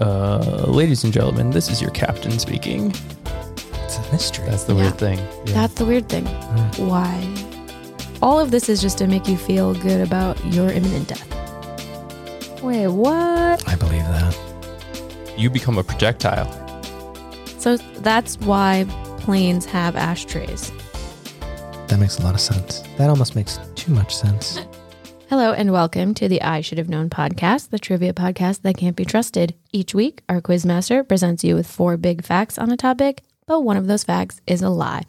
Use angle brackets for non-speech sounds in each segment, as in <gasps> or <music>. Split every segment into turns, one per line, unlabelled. Uh, ladies and gentlemen, this is your captain speaking.
It's a mystery.
That's the
Yeah. Mm.
weird thing.
That's the weird thing. Why? All of this is just to make you feel good about your imminent death. Wait, what?
I believe that.
You become a projectile.
So that's why planes have ashtrays.
That makes a lot of sense. That almost makes too much
<laughs>
sense.
Hello and welcome to the I Should Have Known podcast, the trivia podcast that can't be trusted. Each week, our quizmaster presents you with four big facts on a topic, but one of those facts is a lie.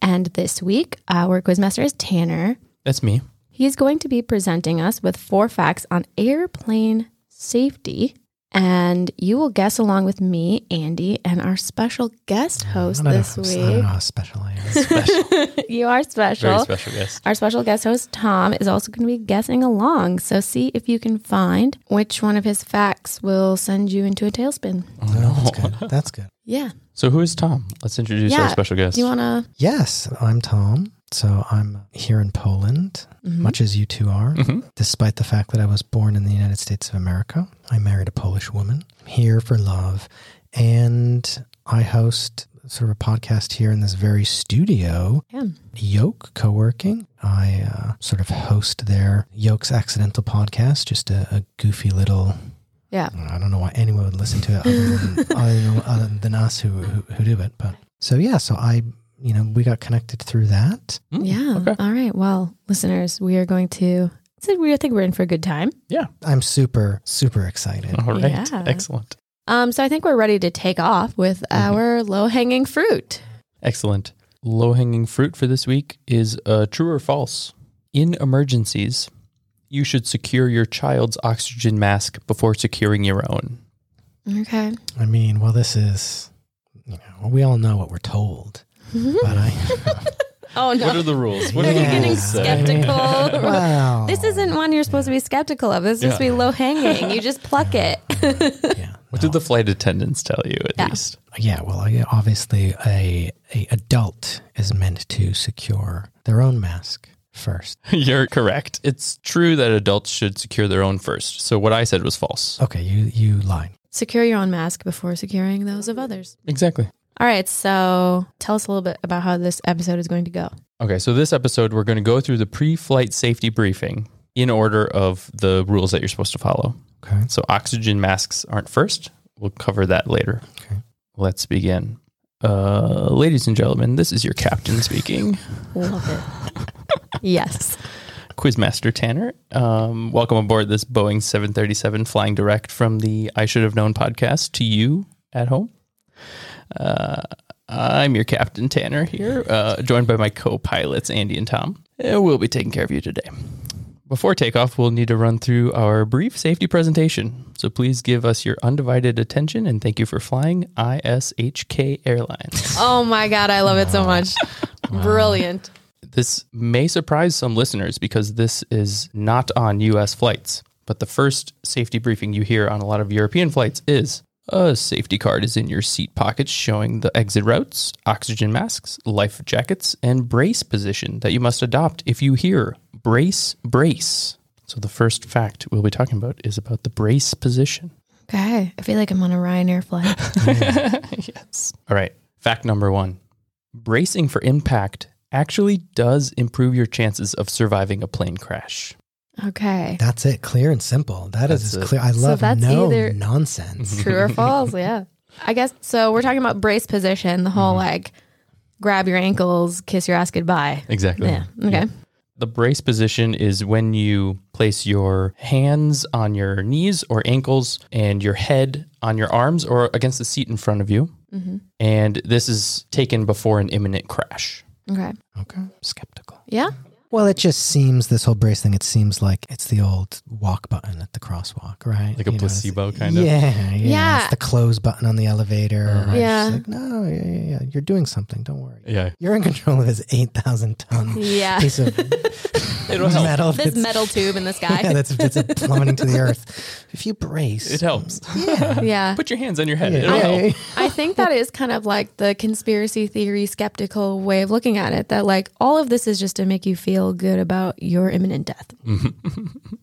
And this week, our quizmaster is Tanner.
That's me.
He's going to be presenting us with four facts on airplane safety. And you will guess along with me, Andy, and our special guest host
Ah, <laughs> I don't know
this
how- I don't know
week.
how special I am. <laughs>
Special,
You are
very
special.
special guest.
Our special guest host, Tom, is also going to be guessing along. So see if you can find which one of his facts will send you into a tailspin.
No, that's good. That's good.
Yeah.
So who is Tom? Let's introduce our
Yeah.
special guest.
Do you want to?
Yes, I'm Tom. So I'm here in Poland,
Mm-hmm.
much as you two are.
Mhm.
Despite the fact that I was born in the United States of America, I married a Polish woman I'm here for love. And I host sort of a podcast here in this very studio
Yeah.
Yoke Co-working. I uh, sort of host their Yoke's Accidental podcast, just a, a goofy little.
Yeah.
I don't know why anyone would listen to it other
<laughs>
than, other than, other than us who, who who do it. But so yeah, so I you know we got connected through that.
Mm,
Yeah.
Okay.
All right. Well, listeners, we are going to. So we I think we're in for a good time.
I'm super
<laughs>
super excited.
All right.
Yeah.
Excellent.
Um, so I think we're ready to take off with our low hanging fruit.
Excellent. Low hanging fruit for this week is uh, true or false. In emergencies, you should secure your child's oxygen mask before securing your own.
Okay.
I mean, well, this is you know we all know what we're
<laughs>
told, but I
Oh
What
no.
are the rules? What
Now
are the
you're getting
rules? say?
<laughs> skeptical.
well,
this isn't one you're supposed to be skeptical of. This is supposed to be low hanging. You just pluck it. <laughs>
yeah.
What did the flight attendants tell you at
Yeah.
least?
Yeah, well, I- obviously, a, a adult is meant to secure their own mask first.
<laughs> You're correct. It's true that adults should secure their own first. So what I said was false.
Okay, you you lied.
Secure your own mask before securing those of others.
Exactly.
All right. So tell us a little bit about how this episode is going to go.
Okay, so this episode we're going to go through the pre-flight safety briefing in order of the rules that you're supposed to follow.
Okay,
So oxygen masks aren't first. We'll cover that later.
Okay.
Let's begin. Uh, ladies and gentlemen, this is your captain speaking,
Love it. <laughs> yes.
Quizmaster Tanner. Um, welcome aboard this Boeing 737 flying direct from the I Should Have Known podcast to you at home. Uh, I'm your captain Tanner here, uh, joined by my co pilots Andy and Tom. And we'll be taking care of you today. Before takeoff, we'll need to run through our brief safety presentation. So please give us your undivided attention and thank you for flying ISHK Airlines.
Oh my God. I love it so much. Brilliant.
This may surprise some listeners because this is not on US flights. But the first safety briefing you hear on a lot of European flights is a safety card is in your seat pockets showing the exit routes, oxygen masks, life jackets, and brace position that you must adopt if you hear brace, brace. So the first fact we'll be talking about is about the brace position.
Okay. I feel like I'm on a Ryanair <laughs> flight.
yes. All right. Fact number one bracing for impact actually does improve your chances of surviving a plane crash.
Okay.
that's it. Clear and simple. That is
That's
as
it.
clear. I
So
love
that's
no
either-
nonsense.
True or <laughs> false? Yeah. I guess so. We're talking about brace position, the whole like grab your ankles, kiss your ass goodbye.
Exactly.
Yeah. Okay.
The brace position is when you place your hands on your knees or ankles and your head on your arms or against the seat in front of you.
Mm-hmm.
And this is taken before an imminent crash.
Okay.
Mm-hmm.
Okay, skeptical.
Yeah.
Well, it just seems this whole brace thing. It seems like it's the old walk button at the crosswalk, right?
Like a
it's-
placebo kind of? Uh-huh.
Yeah, yeah.
Yeah.
It's the close button on the elevator. right? It's
Yeah.
just like, no, yeah, yeah, yeah. You're doing something. Don't worry.
Yeah.
You're in control of this eight thousand ton
Yeah.
piece of
<laughs> It'll help.
metal.
This
that's-
metal tube
<laughs>
in the
yeah,
sky.
that's it's plummeting to the earth. If you brace,
It helps.
yeah,
<laughs> Yeah.
<laughs> Put your hands on your head.
yeah,
It'll
yeah,
help.
yeah.
I think that is kind of like the conspiracy theory skeptical way of looking at it that like all of this is just to make you feel feel good about your imminent death.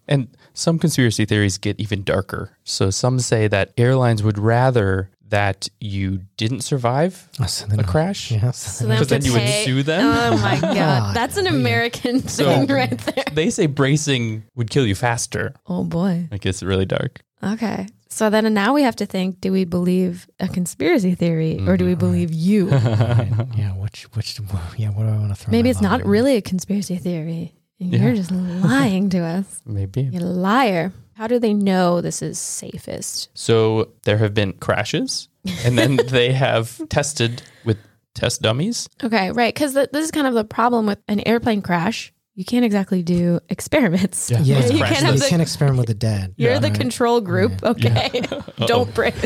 And some conspiracy theories get even darker. So some say that airlines would rather that you didn't survive
So then
a
I'll-
crash.
Yes.
So
Because then you would sue them? Oh,
Oh <laughs> my god, that's an American thing
So-
right there.
They say bracing would kill you faster.
Oh boy.
It gets really dark.
Okay. So then now we have to think: Do we believe a conspiracy theory, or do we believe you?
Right. <laughs> yeah. Which, which, yeah, what do I want to throw?
Maybe
my
it's not
line?
really a conspiracy theory. and You're
Yeah.
just lying to us.
Maybe.
You're a liar. How do they know this is safest?
So there have been crashes, and then they have tested with test dummies.
Okay, right. Because th- this is kind of the problem with an airplane crash. You can't exactly do experiments.
Yeah.
Yeah.
Let's
You,
<laughs> you
crash
can't,
can't have
this.
the,
experiment with the dead.
<laughs> you're the
Right.
control group. Okay, <laughs> don't brace.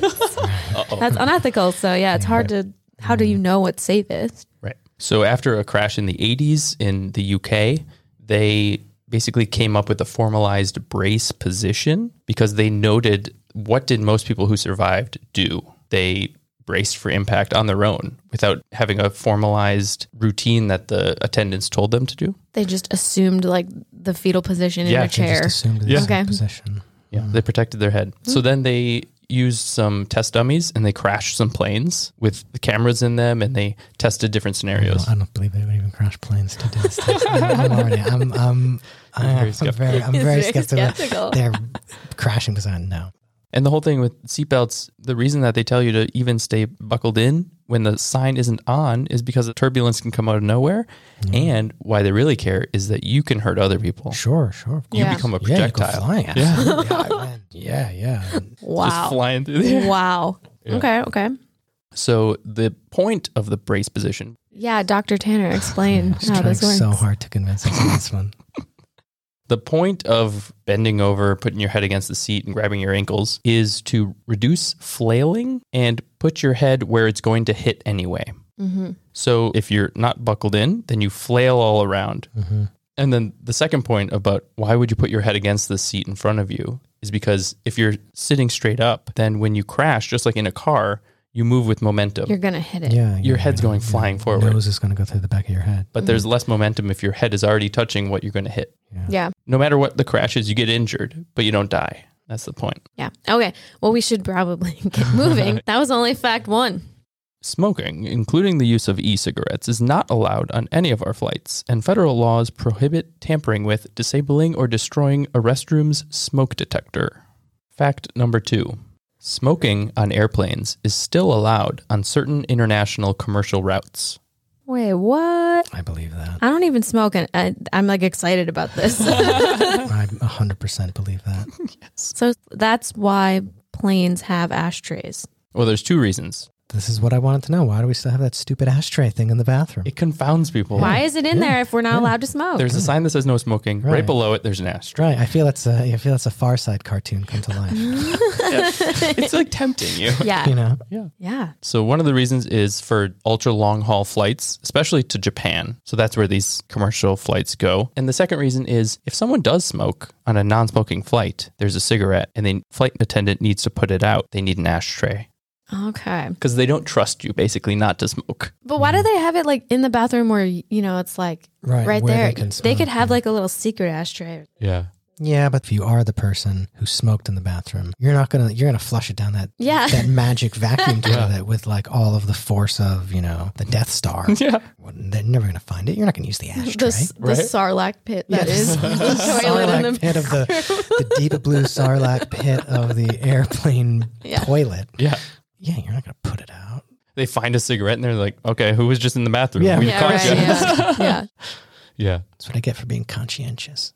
That's unethical. So yeah, it's hard to. How do you know what's safest?
Right. So after a crash in the 80s in the UK, they basically came up with a formalized brace position because they noted what did most people who survived do? They braced for impact on their own without having a formalized routine that the attendants told them to do.
They just assumed like the fetal position
Yeah, they
in a
just
They
chair.
Just assumed it
Yeah.
was
Okay.
in possession.
Yeah, they protected their head. So then they used some test dummies and they crashed some planes with the cameras in them and they tested different scenarios.
I don't believe they would even crash planes to do
<laughs>
this. stuff. I'm, already- I'm, I'm,
very
I'm, very I'm
skeptical.
very, I'm
He's
very
very
skeptical.
skeptical.
They're crashing because I know.
And the whole thing with seatbelts, the reason that they tell you to even stay buckled in when the sign isn't on is because the turbulence can come out of nowhere. And why they really care is that you can hurt other people.
Sure, sure. Of course.
You
Yeah.
become a
Yeah, you go
projectile.
flying.
<laughs>
absolutely. <laughs> Yeah, I went- yeah, yeah.
Just
Wow.
flying through the air.
<laughs> Wow. Okay. Okay.
So the point of the brace position,
Yeah, Dr. Tanner, explain
Just
how
trying
this works.
so hard to convince us on this one.
the point of bending over, putting your head against the seat and grabbing your ankles is to reduce flailing and put your head where it's going to hit anyway.
hmm
So if you're not buckled in, then you flail all around.
Mhm.
And then the second point about why would you put your head against the seat in front of you is because if you're sitting straight up, then when you crash, just like in a car, you move with momentum.
You're going to hit it.
Yeah,
your head's going flying forward,
Nose is going to go through the back of your head.
but there's less momentum if your head is already touching what you're going to hit.
Yeah.
No matter what the crash is, you get injured, but you don't die. That's the point.
Yeah. Okay. Well, we should probably <laughs> get
<laughs>
moving. that was only fact one.
Smoking, including the use of e cigarettes, is not allowed on any of our flights, and federal laws prohibit tampering with, disabling, or destroying a restroom's smoke detector. Fact number two smoking on airplanes is still allowed on certain international commercial routes.
Wait, what?
I believe
<laughs>
that.
I don't even smoke, and I, I'm like excited about <laughs> this.
I 100% believe that.
so that's why planes have ashtrays.
Well, there's two reasons
This is what I wanted to know. Why do we still have that stupid ashtray thing in the bathroom?
it confounds people.
Why is it in there if we're not allowed to smoke?
There's a sign that says no smoking. Right,
Right.
below it, there's an
<laughs>
asterisk.
Right. I feel that's a I feel that's a Far Side cartoon come to life.
it's like tempting you.
yeah.
you know.
Yeah.
So one of the reasons is for ultra long haul flights, especially to Japan. So that's where these commercial flights go. And the second reason is if someone does smoke on a non-smoking flight, there's a cigarette and the flight attendant needs to put it out. They need an ashtray
Okay.
because they don't trust you basically not to smoke.
But why do they have it like in the bathroom where, you know, it's like
Right.
right,
where
there?
They, can
they
smoke.
could have like a little secret ashtray.
Yeah.
Yeah, but if you are the person who smoked in the bathroom, you're not gonna you're gonna flush it down that <laughs>
Yeah.
that magic vacuum toilet with like all of the force of you know the Death Star.
<laughs> Yeah.
Well, They're never gonna find it. You're not gonna use the ashtray.
The, s- the
Right?
sarlacc pit that
<laughs>
is <laughs> the toilet
Sarlacc
in the
pit of the, the deep blue sarlacc pit of the airplane
<laughs> Yeah.
toilet.
Yeah.
Yeah, you're not gonna put it out.
They find a cigarette and they're like, okay, who was just in the bathroom?
Yeah.
We've
Yeah,
caught
right,
you.
yeah. yeah,
yeah.
That's what I get for being conscientious.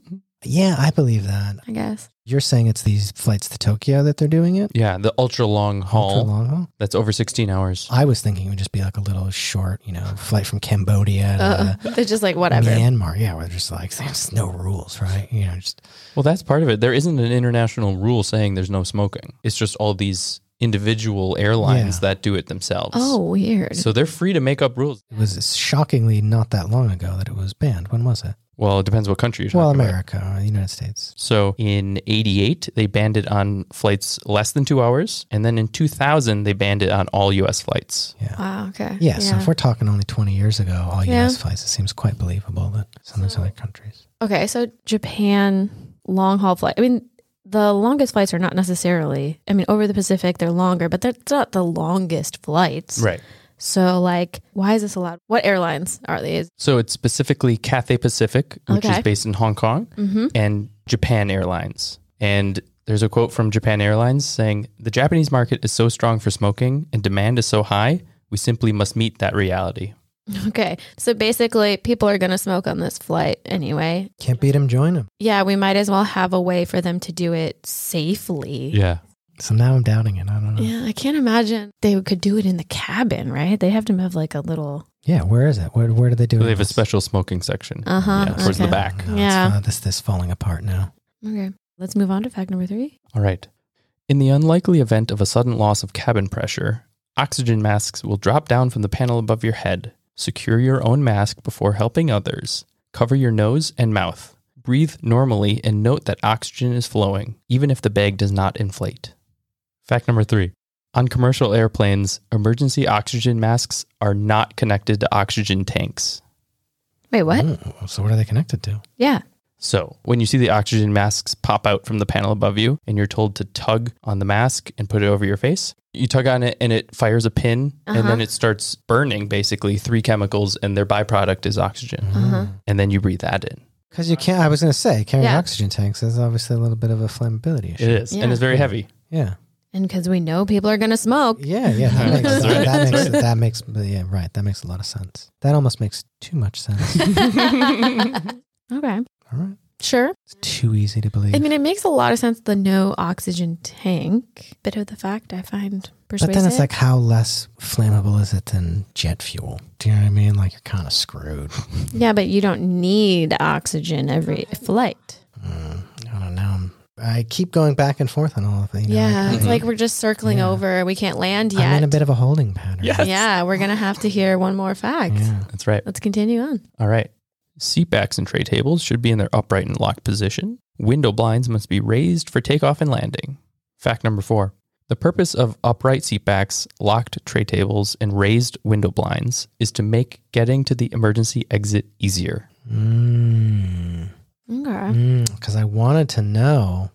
<laughs> yeah, I believe that.
I guess.
You're saying it's these flights to Tokyo that they're doing it
Yeah. The ultra long haul.
for long haul.
That's over 16 hours.
I was thinking it would just be like a little short, you know, flight from Cambodia to
Uh, they're just like whatever.
Myanmar. Yeah, we're just like there's no rules, right? You know, just
Well, that's part of it. There isn't an international rule saying there's no smoking. It's just all these individual airlines
Yeah.
that do it themselves.
Oh, weird.
So they're free to make up rules.
It was shockingly not that long ago that it was banned. When was it?
Well, it depends what country you're talking
well,
about.
America, uh, the United States.
So in 88, they banned it on flights less than two hours. And then in 2000, they banned it on all US flights.
wow. Okay.
Yeah, so if we're talking only 20 years ago, all
Yeah.
U.S. flights, it seems quite believable that some of these other countries.
okay. So Japan long haul flight. I mean, the longest flights are not necessarily. I mean, over the Pacific, they're longer, but they're it's not the longest flights.
Right.
So, like, why is this allowed? What airlines are these?
So it's specifically Cathay Pacific, which
Okay.
is based in Hong Kong, and Japan Airlines. And there's a quote from Japan Airlines saying, The Japanese market is so strong for smoking and demand is so high, we simply must meet that reality.
Okay. So basically, people are going to smoke on this flight anyway.
Can't beat 'em, join 'em.
Yeah, we might as well have a way for them to do it safely.
Yeah.
So now I'm doubting it. I don't know. Yeah,
Yeah, I can't imagine they could do it in the cabin, right? They have to have like a little.
where is it? Where, where do they do it?
They have a
last?
special smoking section
Uh huh.
yeah, towards the
okay.
back.
No, it's
Yeah.
not- this this falling apart now.
Okay. Let's move on to fact number three.
All right. In the unlikely event of a sudden loss of cabin pressure, oxygen masks will drop down from the panel above your head. Secure your own mask before helping others. Cover your nose and mouth. Breathe normally and note that oxygen is flowing, even if the bag does not inflate. Fact number three On commercial airplanes, emergency oxygen masks are not connected to oxygen tanks.
Wait, what?
Ooh, so what are they connected to?
Yeah.
So, when you see the oxygen masks pop out from the panel above you and you're told to tug on the mask and put it over your face, you tug on it and it fires a pin and then it starts burning basically three chemicals and their byproduct is oxygen. And then you breathe that in.
Because you can't. I was going to say carrying
Yeah.
oxygen tanks is obviously a little bit of a flammability
It
issue.
is.
Yeah.
And it's very heavy.
Yeah,
And because we know people are going to smoke.
yeah, yeah.
<laughs>
That makes,
That's
that,
right.
that makes that makes yeah right. That makes a lot of sense. That almost makes too much
<laughs>
sense.
Okay.
All right,
Sure.
it's too easy to believe.
I mean, it makes a lot of sense the no oxygen tank. Bit of the fact I find
but
persuasive.
then it's like, how less flammable is it than jet fuel? Do you know what I mean? Like you're kind of screwed.
yeah, but you don't need oxygen every flight.
Mm, I don't know. I'm- I keep going back and forth on all of it. you know,
yeah.
like,
It's like we're just circling
Yeah.
over. We can't land
I'm
yet.
in a bit of a holding pattern.
Yes.
yeah. We're going to have to hear one more fact.
Yeah.
That's right.
Let's continue on.
All right. Seat backs and tray tables should be in their upright and locked position. Window blinds must be raised for takeoff and landing. Fact number four The purpose of upright seat backs, locked tray tables, and raised window blinds is to make getting to the emergency exit easier.
Mm.
Okay. <laughs>
Because I wanted to know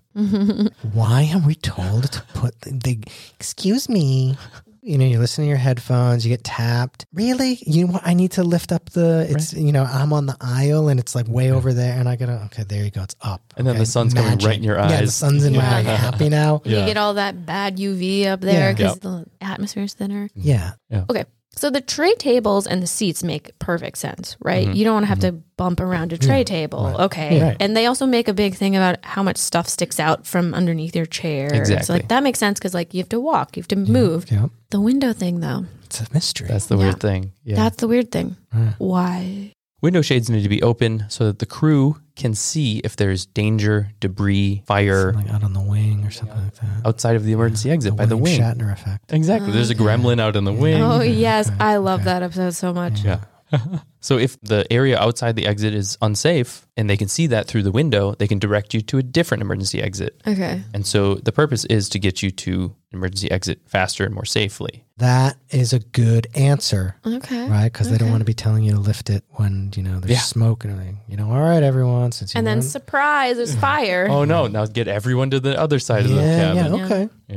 why are we told to put the, the excuse me. You know, you listen to your headphones, you get tapped. Really, you know what? I need to lift up the. It's you know, I'm on the aisle and it's like way over there, and I gotta. Okay, there you go. It's up.
And then
Okay,
the sun's coming right in your
Yeah, the
eyes.
sun's in my
Yeah.
eye.
<laughs>
Happy now.
You get all that bad UV up there
Yeah.
because the atmosphere is thinner.
Yeah.
Okay. So the tray tables and the seats make perfect sense, right? You don't want to have to bump around a tray table. Okay.
Mm-hmm. Right.
And they also make a big thing about how much stuff sticks out from underneath your chair. So
Exactly.
like that makes sense because like you have to walk, you have to move.
Yeah.
The window thing though,
It's a mystery.
That's the
Yeah.
weird thing. Yeah.
that's the weird thing.
Yeah.
Why?
Window shades need to be open so that the crew can see if there's danger, debris, fire
Something out on the wing or something like that.
outside of the
<gasps>
emergency exit by the wing.
Shatner effect.
Exactly. There's a gremlin out in the wing.
Ah. Oh yes,
Okay.
I love
Okay.
that episode so much.
Yeah. <laughs> so if the area outside the exit is unsafe and they can see that through the window, they can direct you to a different emergency exit.
Okay.
And so the purpose is to get you to emergency exit faster and more safely.
That is a good answer,
Okay.
right? Because they don't
Oh, Okay.
want to be telling you to lift it when you know there's
Yeah.
smoke and everything. You know, all right, everyone. Since you
And then
won-
surprise, there's fire.
Oh no, now get everyone to the other side of the
yeah, yeah,
cabin.
okay,
Yeah.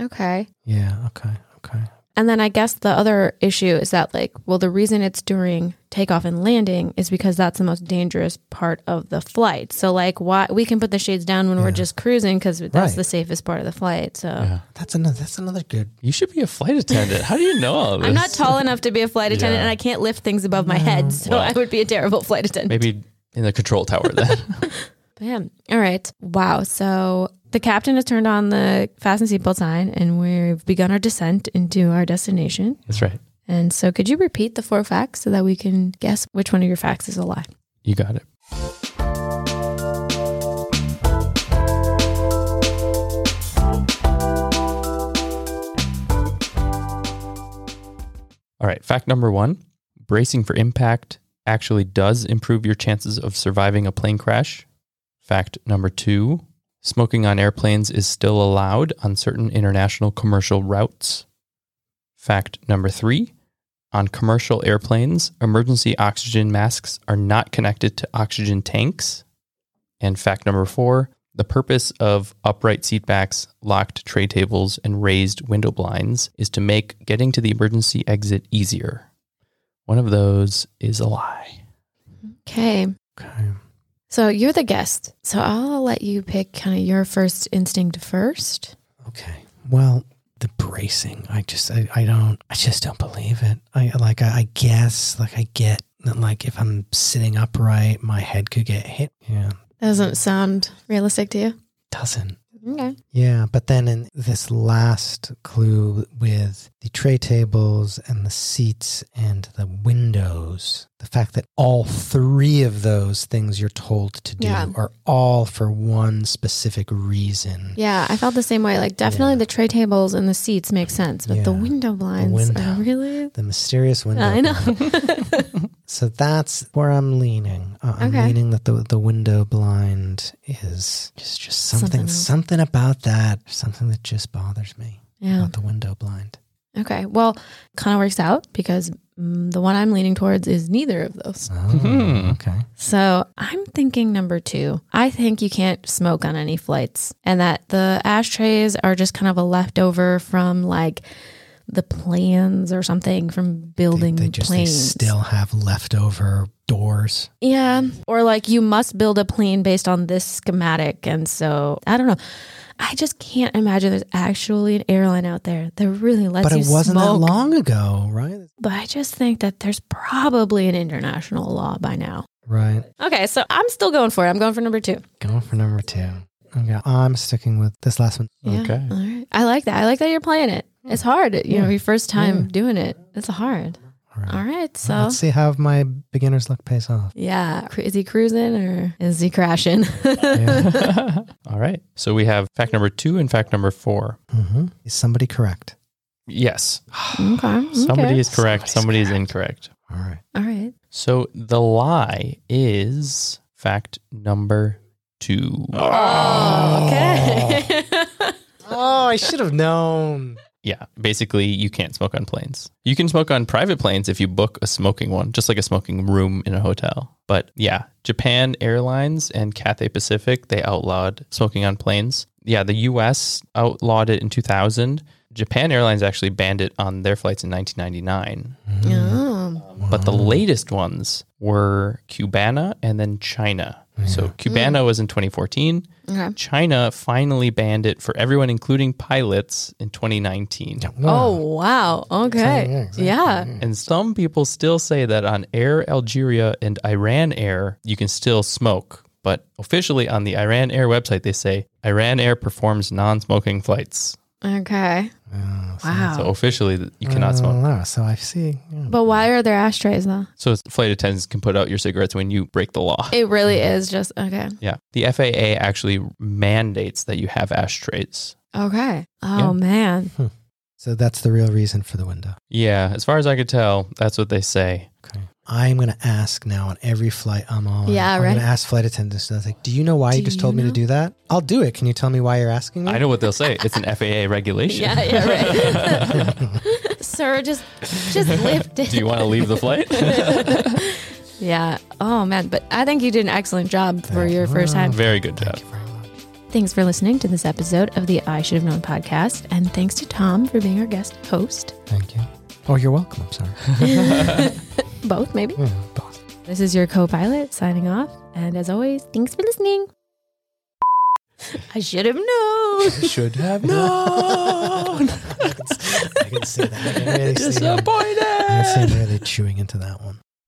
Okay.
yeah, okay, okay.
And then I guess the other issue is that, like, well, the reason it's during takeoff and landing is because that's the most dangerous part of the flight. So, like, why we can put the shades down when we're just cruising because that's
Right.
the safest part of the flight. So,
That's another. That's another good.
You should be a flight attendant. How do you know all this?
I'm not tall enough to be a flight attendant
Yeah.
and I can't lift things above my head. So,
Well.
I would be a terrible flight attendant.
Maybe in the control tower then.
Bam. All right. Wow. So, the captain has turned on the fasten seatbelt sign and we've begun our descent into our destination.
<laughs> That's right.
And so, could you repeat the four facts so that we can guess which one of your facts is a lie?
You got it. All right, fact number one bracing for impact actually does improve your chances of surviving a plane crash. Fact number two smoking on airplanes is still allowed on certain international commercial routes. Fact number three on commercial airplanes, emergency oxygen masks are not connected to oxygen tanks. And fact number four the purpose of upright seatbacks, locked tray tables, and raised window blinds is to make getting to the emergency exit easier. One of those is a
<laughs>
lie.
Okay.
Okay.
So you're the guest. So I'll let you pick kind of your first instinct first.
Okay. Well, the bracing. I just I, I don't I just don't believe it. I like I, I guess like I get that like if I'm sitting upright, my head could get hit. Yeah.
Doesn't sound realistic to you?
Doesn't.
Okay.
Yeah, but then in this last clue with the tray tables and the seats and the windows, the fact that all three of those things you're told to do
Yeah.
are all for one specific reason.
Yeah, I felt the same way. Like definitely
Yeah.
the tray tables and the seats make sense, but the
Yeah.
window blinds
window.
are really
The mysterious window.
I know.
blind. So that's where I'm leaning. Uh, I'm
Okay.
leaning that the the window blind is just just
Something
something something,
else.
about that something that just bothers me
<laughs> yeah.
about the window blind.
Okay. Well, kind of works out because mm, the one I'm leaning towards is neither of those.
Oh,
Hmm.
okay.
So I'm thinking number two. I think you can't smoke on any flights, and that the ashtrays are just kind of a leftover from like the plans or something from
They,
building
they just they
planes.
still have leftover doors.
Yeah. Or like you must build a plane based on this schematic. And so I don't know. I just can't imagine there's actually an airline out there that really lets
but
you
it wasn't
smoke.
that long ago, right?
But I just think that there's probably an international law by now.
Right.
Okay, so I'm still going for it. I'm going for number two.
Going for number two. Okay, I'm sticking with this last one.
Yeah.
Okay.
All right. I like that. I like that you're playing it. It's hard. You know,
Yeah.
your first time
Yeah.
doing it. It's hard.
All right.
All right. So,
Let's see how my beginner's luck pays off.
yeah. Cru- Is he cruising or is he crashing? <laughs>
Yeah.
All right. So we have fact number two and fact number four.
hmm Is somebody correct?
Yes.
okay.
Somebody
okay.
is correct.
Somebody's
Somebody is
correct.
incorrect.
All right.
All right.
So the lie is fact number two.
Oh, okay.
Oh, I should have known.
Yeah, basically, you can't smoke on planes. You can smoke on private planes if you book a smoking one, just like a smoking room in a hotel. But yeah, Japan Airlines and Cathay Pacific, they outlawed smoking on planes. Yeah, the US outlawed it in 2000. Japan Airlines actually banned it on their flights in 1999.
Oh.
But the latest ones were Cubana and then China. So Cubana was in 2014.
Okay.
China finally banned it for everyone, including pilots, in 2019.
Oh, wow. Okay.
Yeah, exactly.
Yeah.
And some people still say that on Air Algeria and Iran Air, you can still smoke. But officially on the Iran Air website, they say Iran Air performs non smoking flights.
Okay.
Oh, so-
Wow.
So officially, th- you cannot smoke.
Oh, so I see. yeah.
But why are there ashtrays though?
So flight attendants can put out your cigarettes when you break the law.
Uh. It really is just okay.
Yeah. The FAA actually mandates that you have ashtrays.
Okay. Oh
Yeah.
man.
So that's the real reason for the window.
Yeah. As far as I could tell, that's what they say.
Okay. I'm going to ask now on every flight I'm on.
Yeah,
I'm
right.
going to ask flight attendants. and I was like, do you know why
Do
you just
you
told me
know?"
to do that? I'll do it. Can you tell me why you're asking me?
I know what they'll say. It's an FAA regulation.
<laughs> Yeah, yeah, right. <laughs> Sir, just just lift it.
Do you want to leave the flight?
<laughs> Yeah. Oh man, but I think you did an excellent job for your first time.
Very good job.
Thank you very much.
Thanks for listening to this episode of the I Should Have Known podcast, and thanks to Tom for being our guest host. <laughs>
Thank you. Oh, you're welcome. I'm sorry.
Both, maybe.
Yeah, both.
This is your co-pilot signing off, and as always, thanks for listening. I should have known.
Should have
<laughs>
known. <laughs> I can see that. I can really see that. I can see
Disappointed.
I'm really chewing into that one.